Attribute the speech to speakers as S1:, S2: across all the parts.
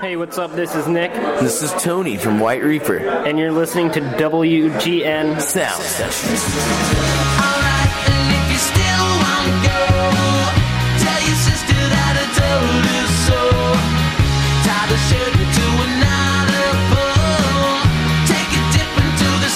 S1: Hey, what's up? This is Nick,
S2: This is Tony from White Reaper.
S1: and you're listening to WGN.
S2: Sound Sessions.
S3: Alright, and if you still want to go, tell your sister that I told you so. Tie the shirt to another pole. Take a dip into the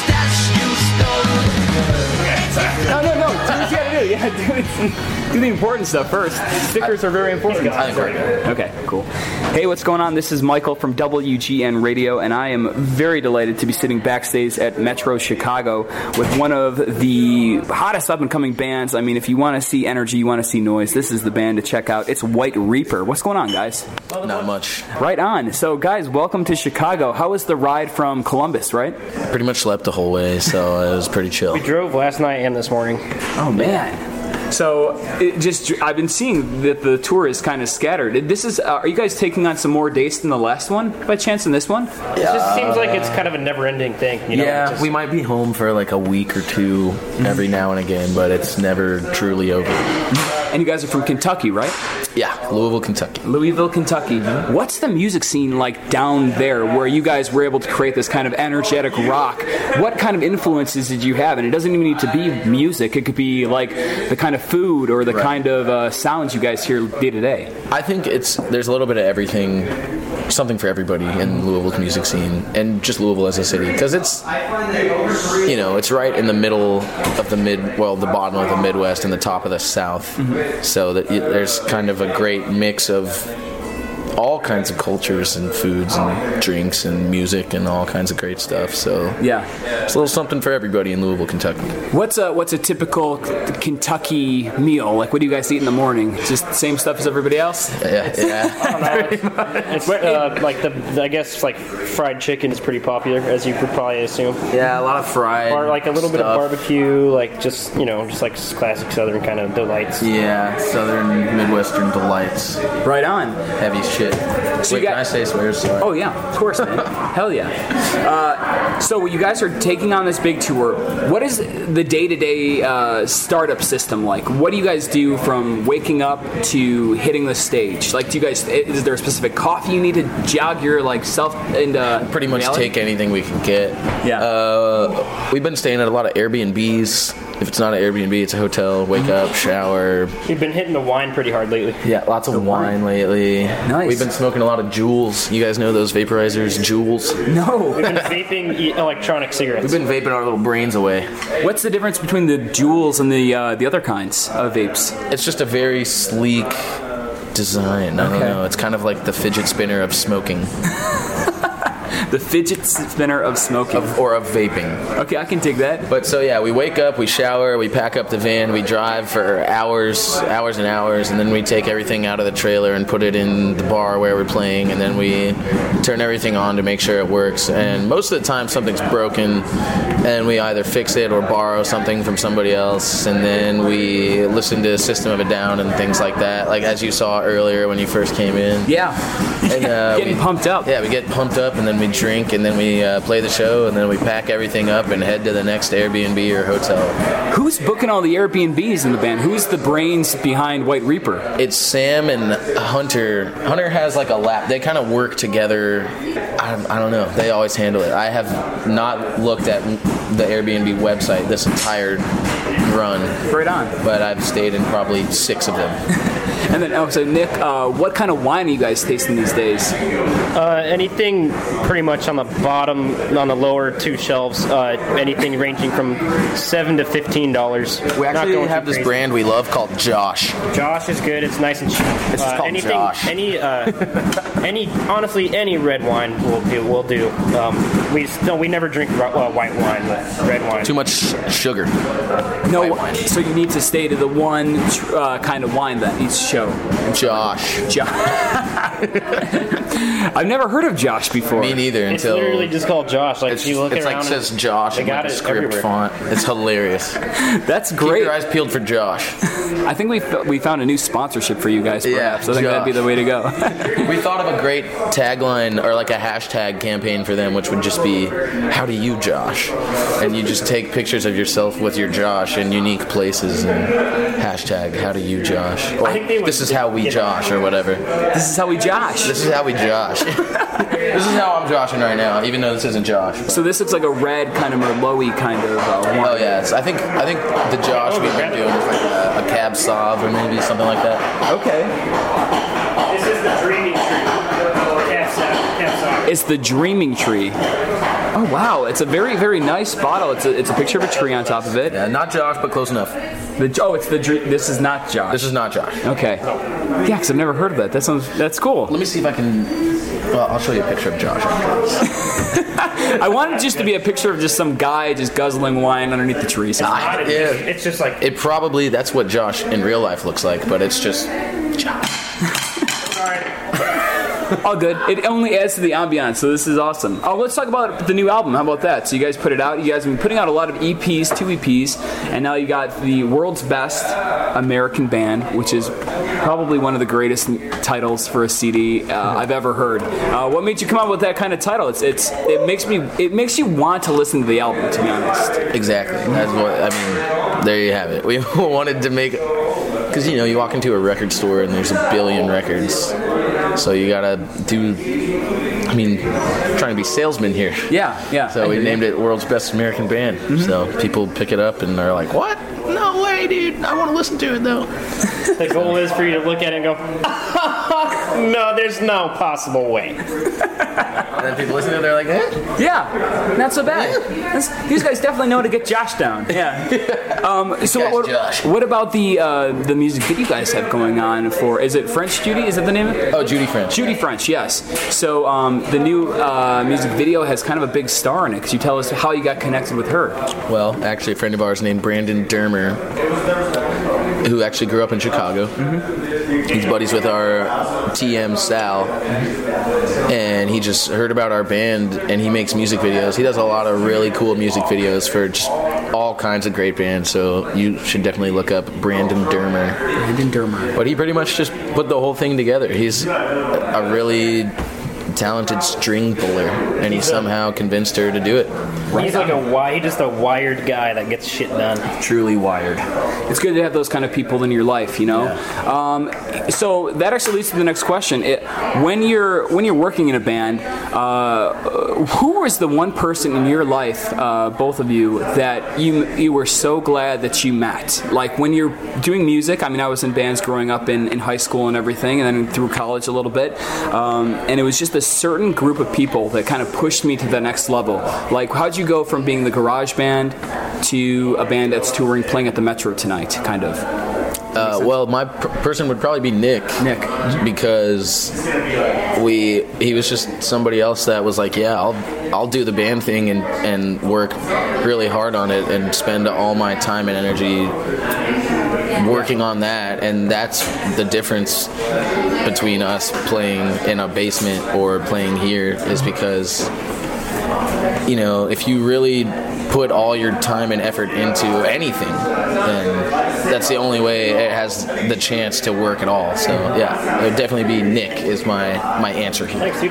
S3: stash you stole.
S4: No, no, no. Do what you gotta do. Yeah, do, it, do the important stuff first. Stickers are very important. Okay, cool. Hey, what's going on? This is Michael from WGN Radio, and I am very delighted to be sitting backstage at Metro Chicago with one of the hottest up and coming bands. I mean, if you want to see energy, you want to see noise, this is the band to check out. It's White Reaper. What's going on, guys?
S2: Not much.
S4: Right on. So, guys, welcome to Chicago. How was the ride from Columbus, right?
S2: Pretty much slept the whole way, so it was pretty chill.
S1: We drove last night and this morning.
S4: Oh man. So it just I've been seeing that the tour is kind of scattered. This is uh, are you guys taking on some more dates than the last one by chance in this one?
S1: It just seems like it's kind of a never-ending thing. You know?
S2: yeah,
S1: It just-
S2: we might be home for like a week or two every now and again, but it's never truly over.
S4: And you guys are from Kentucky, right?
S2: Yeah, Louisville, Kentucky.
S4: Louisville, Kentucky. What's the music scene like down there where you guys were able to create this kind of energetic rock? What kind of influences did you have? And it doesn't even need to be music. It could be like the kind of food or the
S2: Right.
S4: kind of uh, sounds you guys hear day to day.
S2: I think it's there's a little bit of everything, something for everybody in Louisville's music scene and just Louisville as a city because it's, you know, it's right in the middle of the mid, well, the bottom of the Midwest and the top of the South, so that it, there's kind of a great mix of all kinds of cultures and foods and drinks and music and all kinds of great stuff. So
S4: Yeah.
S2: it's a little something for everybody in Louisville, Kentucky.
S4: What's a what's a typical K- Kentucky meal? Like, what do you guys eat in the morning? Just the same stuff as everybody else?
S2: Yeah, yeah.
S1: It's uh, like the I guess like fried chicken is pretty popular, as you could probably assume,
S2: yeah, a lot of fried
S1: or like a little bit of
S2: stuff.
S1: barbecue, like just you know, just like classic Southern kind of delights.
S2: Yeah, southern midwestern delights.
S4: Right on.
S2: heavy shit.
S4: you
S2: Wait,
S4: got-
S2: can I say swears? Sorry.
S4: Oh yeah, of course, man. Hell yeah. Uh, so you guys are taking on this big tour. What is the day to day startup system like? What do you guys do from waking up to hitting the stage? Like, do you guys is there a specific coffee you need to jog your like self into?
S2: pretty much
S4: reality?
S2: take anything we can get.
S4: Yeah.
S2: Uh, we've been staying at a lot of Airbnbs. If it's not an Airbnb, it's a hotel. Wake up, shower.
S1: We've been hitting the wine pretty hard lately.
S2: Yeah, lots of wine lately.
S4: Nice.
S2: We've been smoking a lot of Juuls. You guys know those vaporizers, Juuls.
S4: No.
S1: We've been vaping e- electronic cigarettes.
S2: We've been vaping our little brains away.
S4: What's the difference between the jewels and the uh, the other kinds of vapes?
S2: It's just a very sleek design. I don't know. It's kind of like the fidget spinner of smoking
S4: The fidget spinner of smoking.
S2: of, or of vaping.
S4: Okay, I can take that.
S2: But so yeah, we wake up, we shower, we pack up the van, we drive for hours, hours and hours, and then we take everything out of the trailer and put it in the bar where we're playing, and then we turn everything on to make sure it works. And most of the time, something's broken, and we either fix it or borrow something from somebody else, and then we listen to System of a Down and things like that. Like as you saw earlier when you first came in.
S4: Yeah.
S2: And, uh,
S4: Getting
S2: we-
S4: pumped up.
S2: Yeah, we get pumped up and then we drink and then we uh, play the show and then we pack everything up and head to the next Airbnb or hotel.
S4: Who's booking all the Airbnbs in the band? Who's the brains behind White Reaper?
S2: It's Sam and Hunter. Hunter has like a lap. They kind of work together. I, don't- I don't know. They always handle it. I have not looked at the Airbnb website this entire run,
S4: Right on.
S2: but I've stayed in probably six of them.
S4: And then, oh, so Nick, uh, what kind of wine are you guys tasting these days?
S1: Uh, anything pretty much on the bottom, on the lower two shelves. Uh, anything ranging from seven to fifteen dollars.
S2: We actually have this brand we love called Josh.
S1: Josh is good. It's nice and cheap. Uh,
S2: This is called
S1: anything,
S2: Josh.
S1: Any, uh, any, honestly, any red wine will do. Will do. Um, we still, we never drink ru- uh, white wine, but red wine.
S2: Too much sh- sugar.
S4: No,
S2: White wine.
S4: so you need to stay to the one uh, kind of wine that each show.
S2: Josh.
S4: Josh. I've never heard of Josh before.
S2: Me neither
S1: It's
S2: until
S1: literally just called Josh. Like
S2: It's,
S1: you look
S2: it's
S1: around
S2: like
S1: and-
S2: says Josh
S1: They
S2: in like
S1: got
S2: a
S1: it
S2: script
S1: everywhere.
S2: font. It's hilarious. Keep
S4: That's great.
S2: your eyes peeled for Josh.
S4: I think we f- we found a new sponsorship for you guys.
S2: Yeah,
S4: Perhaps I think that'd be
S2: Josh.
S4: the way to go.
S2: We thought of a great tagline or like a hashtag campaign for them, which would just be "How do you, Josh?" And you just take pictures of yourself with your Josh in unique places and hashtag "How do you, Josh?" Or
S1: think they would-
S2: this is how we
S1: yeah.
S2: Josh or whatever.
S4: this is how we Josh.
S2: This is how we Josh. Josh. this is how I'm Joshing right now, even though this isn't Josh. but-
S4: So this looks like a red kind of merlot kind of uh, wine.
S2: Oh yeah, it's, I think I think the Josh we've been doing is like a, a cab sauv or maybe something like that.
S4: Okay.
S5: This is the dreaming tree. Caps out. Caps out.
S4: It's the Dreaming Tree. Oh wow, it's a very very nice bottle. It's a, it's a picture of a tree on top of it.
S2: Yeah, not Josh, but close enough.
S4: The, oh, it's the dr- this is not Josh.
S2: This is not Josh.
S4: okay. Yeah, because I've never heard of that. That sounds that's cool.
S2: Let me see if I can. Well, I'll show you a picture of Josh. after this.
S4: I want it just to be a picture of just some guy just guzzling wine underneath the tree. somewhere.
S2: I-
S5: It's just-
S2: yeah,
S5: It's just like
S2: it probably that's what Josh in real life looks like, but it's just Josh.
S4: All good. It only adds to the ambiance, so this is awesome. Oh, let's talk about the new album. How about that? So you guys put it out. You guys have been putting out a lot of EPs, two EPs, and now you got the world's best American band, which is probably one of the greatest titles for a CD uh, I've ever heard. Uh, what made you come up with that kind of title? It's it's it makes me it makes you want to listen to the album. To be honest,
S2: Exactly. That's what I mean. There you have it. We wanted to make because you know you walk into a record store and there's a billion records, so you gotta do. I mean, trying to be salesman here.
S4: yeah, yeah.
S2: So we named it World's Best American Band. So people pick it up and they're like, "What? No way, dude! I want to listen to it though."
S1: The goal is for you to look at it and go, no, there's no possible way.
S2: And then people listen to it, they're like, eh?
S4: Yeah, not so bad. That's- these guys definitely know how to get Josh down. Yeah. Um, so
S2: This guy's
S4: what,
S2: Josh.
S4: what about the uh, the music that you guys have going on for? Is it French Judy? Is that the name? of it?
S2: "Oh, Judy French."
S4: Judy French, yes. So um, the new uh, music video has kind of a big star in it. Could you tell us how you got connected with her?
S2: Well, actually, a friend of ours named Brandon Dermer, who actually grew up in Chicago. He's buddies with our TM Sal, and he just heard about our band, and he makes music videos. He does a lot of really cool music videos for just all kinds of great bands. So you should definitely look up Brandon Dermer.
S4: Brandon Dermer.
S2: But he pretty much just put the whole thing together. He's a really talented string puller, and he somehow convinced her to do it.
S1: He's like a wi- he's just a wired guy that gets shit done.
S2: Truly wired.
S4: It's good to have those kind of people in your life, you know. Um, so that actually leads to the next question: it, when you're when you're working in a band, uh, who was the one person in your life, uh, both of you, that you you were so glad that you met? Like when you're doing music. I mean, I was in bands growing up in, in high school and everything, and then through college a little bit. Um, and it was just a certain group of people that kind of pushed me to the next level. Like, how'd you go from being the garage band to a band that's touring, playing at the Metro tonight, kind of?
S2: Uh, well, my pr- person would probably be Nick.
S4: Nick.
S2: because we he was just somebody else that was like, yeah, I'll I'll do the band thing and and work really hard on it and spend all my time and energy working on that and that's the difference between us playing in a basement or playing here is because you know if you really put all your time and effort into anything then that's the only way it has the chance to work at all so yeah it would definitely be nick is my my answer here
S1: Thanks, dude.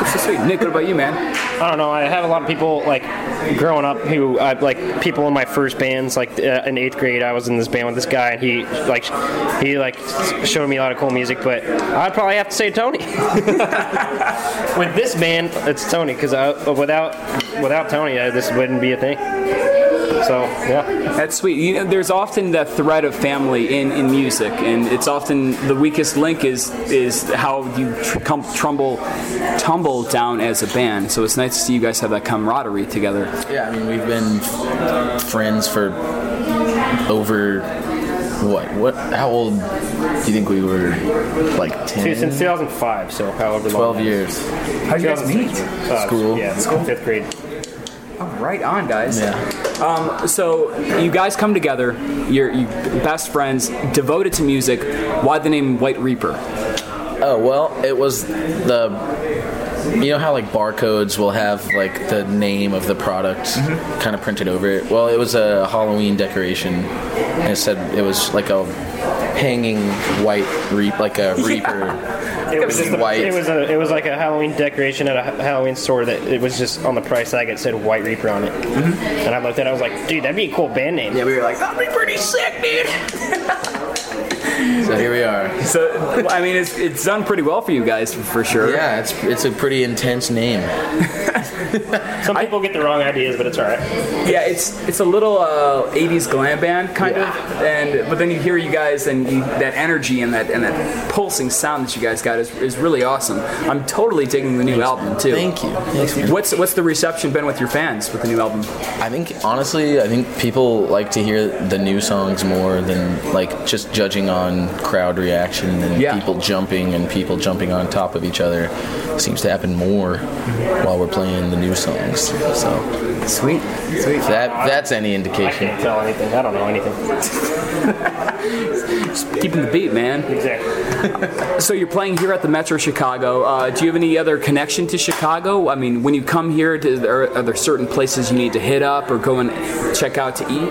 S4: That's so sweet. Nick, what about you, man?
S1: I don't know. I have a lot of people like growing up who I, like people in my first bands. Like uh, in eighth grade, I was in this band with this guy, and he like he like showed me a lot of cool music. But I'd probably have to say Tony. with this band, it's Tony because without without Tony, uh, this wouldn't be a thing. So yeah,
S4: That's sweet. You know, there's often that thread of family in, in music, and it's often the weakest link is is how you tr- come, trumble, tumble down as a band. So it's nice to see you guys have that camaraderie together.
S2: yeah i mean we've been f- friends for over what what how old do you think we were like 10
S1: Dude, since 2005, so however long.
S2: 12 years
S4: How do
S1: 2006. Uh,
S2: School.
S1: Yeah, fifth grade.
S4: Oh, Right on, guys.
S2: yeah
S4: Um, so you guys come together. You're, you best friends, devoted to music. Why the name White Reaper?
S2: Oh well, it was the. You know how like barcodes will have like the name of the product
S1: Mm-hmm.
S2: kind of printed over it. Well, it was a Halloween decoration, and it said it was like a hanging white reap, like a reaper.
S1: It was just the-
S2: White.
S1: It was a, it was like a Halloween decoration at a ha- Halloween store that it was just on the price tag. It said White Reaper on it, and I looked at. it, I was like, dude, that'd be a cool band name.
S2: we were like, that'd be pretty sick, dude. So here we are.
S4: So, I mean, it's, it's done pretty well for you guys for, for sure.
S2: Yeah, it's it's a pretty intense name.
S1: Some people get the wrong ideas, but it's all right.
S4: Yeah, it's it's a little uh, '80s glam band kind of, and but then you hear you guys and you, that energy and that and that pulsing sound that you guys got is, is really awesome. I'm totally digging the new album too.
S2: Thank you. Thanks, man.
S4: What's what's the reception been with your fans with the new album?
S2: I think honestly, I think people like to hear the new songs more than like just judging on crowd reaction and
S4: Yeah.
S2: people jumping and people jumping on top of each other. Seems to happen more while we're playing the new songs. So
S4: Sweet, sweet.
S2: if that that's any
S1: I
S2: indication.
S1: can't tell anything. I don't know anything.
S4: Keeping the beat, man.
S1: Exactly.
S4: So you're playing here at the Metro Chicago. Uh, do you have any other connection to Chicago? I mean, when you come here, do, are, are there certain places you need to hit up or go and check out to eat?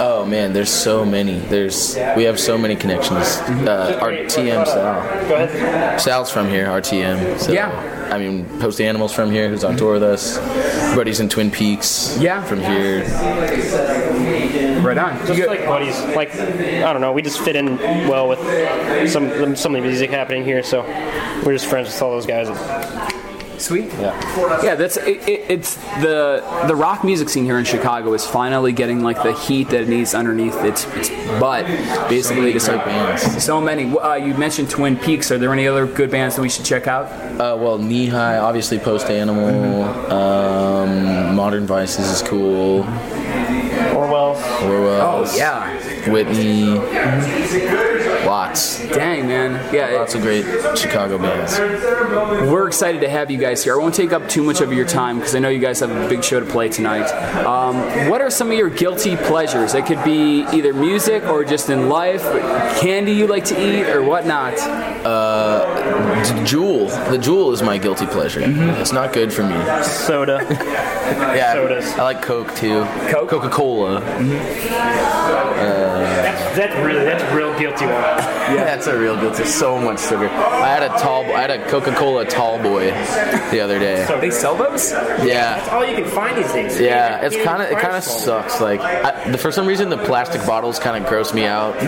S2: Oh man, there's so many. There's we have so many connections.
S4: Mm-hmm.
S2: Uh, our TM Sal,
S1: Go ahead.
S2: Sal's from here. Our TM. So,
S4: Yeah.
S2: I mean, Post Animals from here, who's on tour with us. Buddies in Twin Peaks.
S4: Yeah.
S2: From here.
S4: Right on. You
S1: Just
S4: go-
S1: like buddies. Like I don't know. We just fit in well with some some of the music happening here. So we're just friends with all those guys.
S4: Sweet.
S1: Yeah.
S4: Yeah, that's it, it, it's the the rock music scene here in Chicago is finally getting like the heat that it needs underneath its its butt, basically to start.
S2: bands.
S4: So many. Uh, you mentioned Twin Peaks. Are there any other good bands that we should check out?
S2: Uh, well, Knee High, obviously Post Animal. Um, Modern Vices is cool.
S1: Orwell.
S2: Orwell's.
S4: Oh, yeah.
S2: Whitney. Lots.
S4: Dang man. Yeah,
S2: Lots
S4: it-
S2: of great Chicago bands.
S4: we're excited to have you guys here. I won't take up too much of your time because I know you guys have a big show to play tonight. Um, what are some of your guilty pleasures? It could be either music or just in life. Candy you like to eat or whatnot.
S2: D- Jewel. The Jewel is my guilty pleasure.
S4: Mm-hmm.
S2: It's not good for me.
S1: Soda.
S2: Yeah,
S1: Sodas.
S2: I like Coke too.
S4: Coke?
S2: Coca Cola.
S1: That's that's really that's a real guilty one.
S2: Yeah, that's a real guilty. So much sugar. I had a tall. I had a Coca Cola tall boy the other day.
S4: They sell those?
S2: Yeah.
S1: All you can find these things.
S2: Yeah, it's kind of it kind of sucks. Like, I, the, for some reason, the plastic bottles kind of gross me out.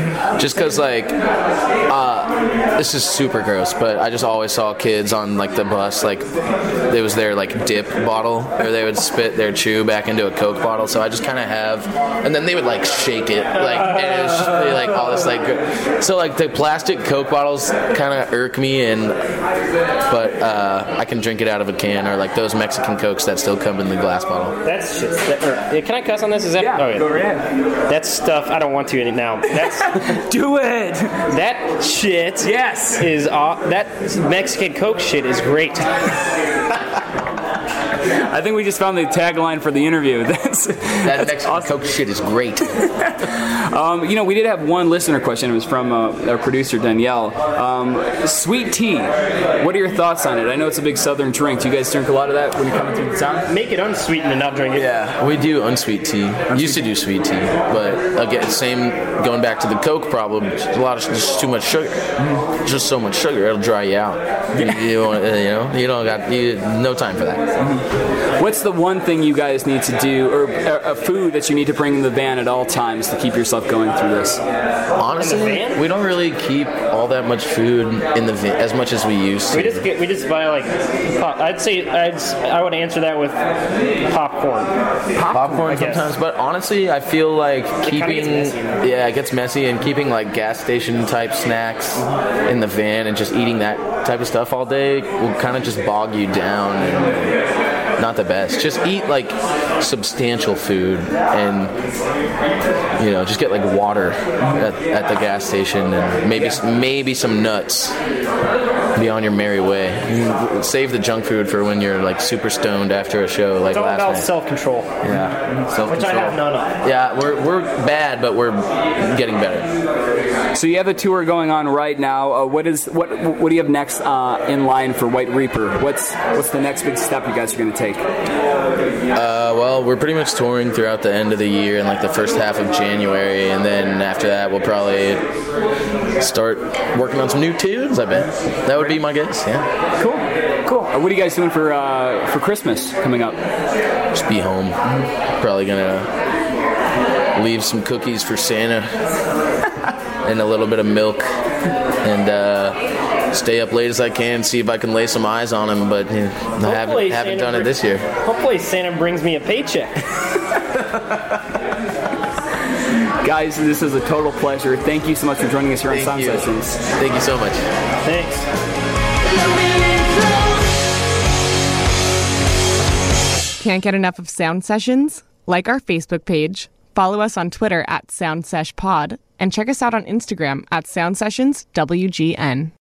S2: Just because, like, uh, this is super gross. But I just always saw kids on like the bus, like, it was their like dip bottle, or they would spit their chew back into a Coke bottle. So I just kind of have, and then they would like shake it, like, and it was just really, like all this like. gr- So like the plastic Coke bottles kind of irk me, and but uh, I can drink it out of a can, or like those Mexican Cokes that still come in the glass bottle.
S1: That's shit. That, or, yeah, can I cuss on this? Is that?
S4: Yeah,
S1: oh, yeah.
S4: go right ahead.
S1: That's stuff I don't want to in it now. That's
S4: Do it.
S1: that shit.
S4: Yes.
S1: Is aw- that Mexican Coke shit is great.
S4: I think we just found the tagline for the interview. That's,
S2: That Mexican Coke shit is great.
S4: um, you know, we did have one listener question. It was from uh, our producer Danielle. Um, sweet tea. What are your thoughts on it? I know it's a big Southern drink. Do you guys drink a lot of that when you're coming through the town?
S1: Make it unsweetened and not drink it.
S2: Yeah, we do unsweet tea. Used to do sweet tea, but again, same going back to the Coke problem. it's A lot of just too much sugar. Just so much sugar, it'll dry you out. You, you, don't wanna- you know, you don't got you, no time for that.
S4: What's the one thing you guys need to do, or uh, a food that you need to bring in the van at all times to keep yourself going through this?
S2: Honestly,
S1: van?
S2: we don't really keep all that much food in the van as much as we used
S1: We
S2: to.
S1: just get we just buy like pop. I'd say I'd s- I would answer that with popcorn.
S2: popcorn
S1: guess.
S2: sometimes but honestly i feel like
S1: kinda
S2: keeping
S1: gets messy, you know?
S2: yeah it gets messy and keeping like gas station type snacks in the van and just eating that type of stuff all day will kind of just bog you down and not the best just eat like substantial food and you know just get like water at, at the gas station and maybe maybe some nuts be on your merry way save the junk food for when you're like super stoned after a show like
S1: It's all
S2: last
S1: about
S2: night
S1: self control, which
S2: yeah, self
S1: I have none of.
S2: Yeah, we're, we're bad, but we're getting better.
S4: So you have a tour going on right now. Uh, what is what? What do you have next uh, in line for White Reaper? What's what's the next big step you guys are going to take?
S2: Uh, well, we're pretty much touring throughout the end of the year and like the first half of January, and then after that, we'll probably start working on some new tunes. I bet that would be my guess. Yeah,
S4: Cool, cool. Uh, what are you guys doing for uh, for Christmas coming up?
S2: just be home. Probably gonna leave some cookies for Santa. and a little bit of milk, and uh, stay up late as I can, see if I can lay some eyes on him. But you know, I haven't,
S1: Hopefully
S2: haven't
S1: Santa
S2: done it
S1: bring-
S2: this year.
S1: Hopefully Santa brings me a paycheck.
S4: Guys, this is a total pleasure. Thank you so much for joining us here on
S2: Thank
S4: Sound
S2: you.
S4: Sessions.
S2: Thank you so much.
S1: Thanks.
S6: Can't get enough of Sound Sessions? Like our Facebook page, follow us on Twitter at SoundSeshPod, and check us out on Instagram at SoundSessionsWGN.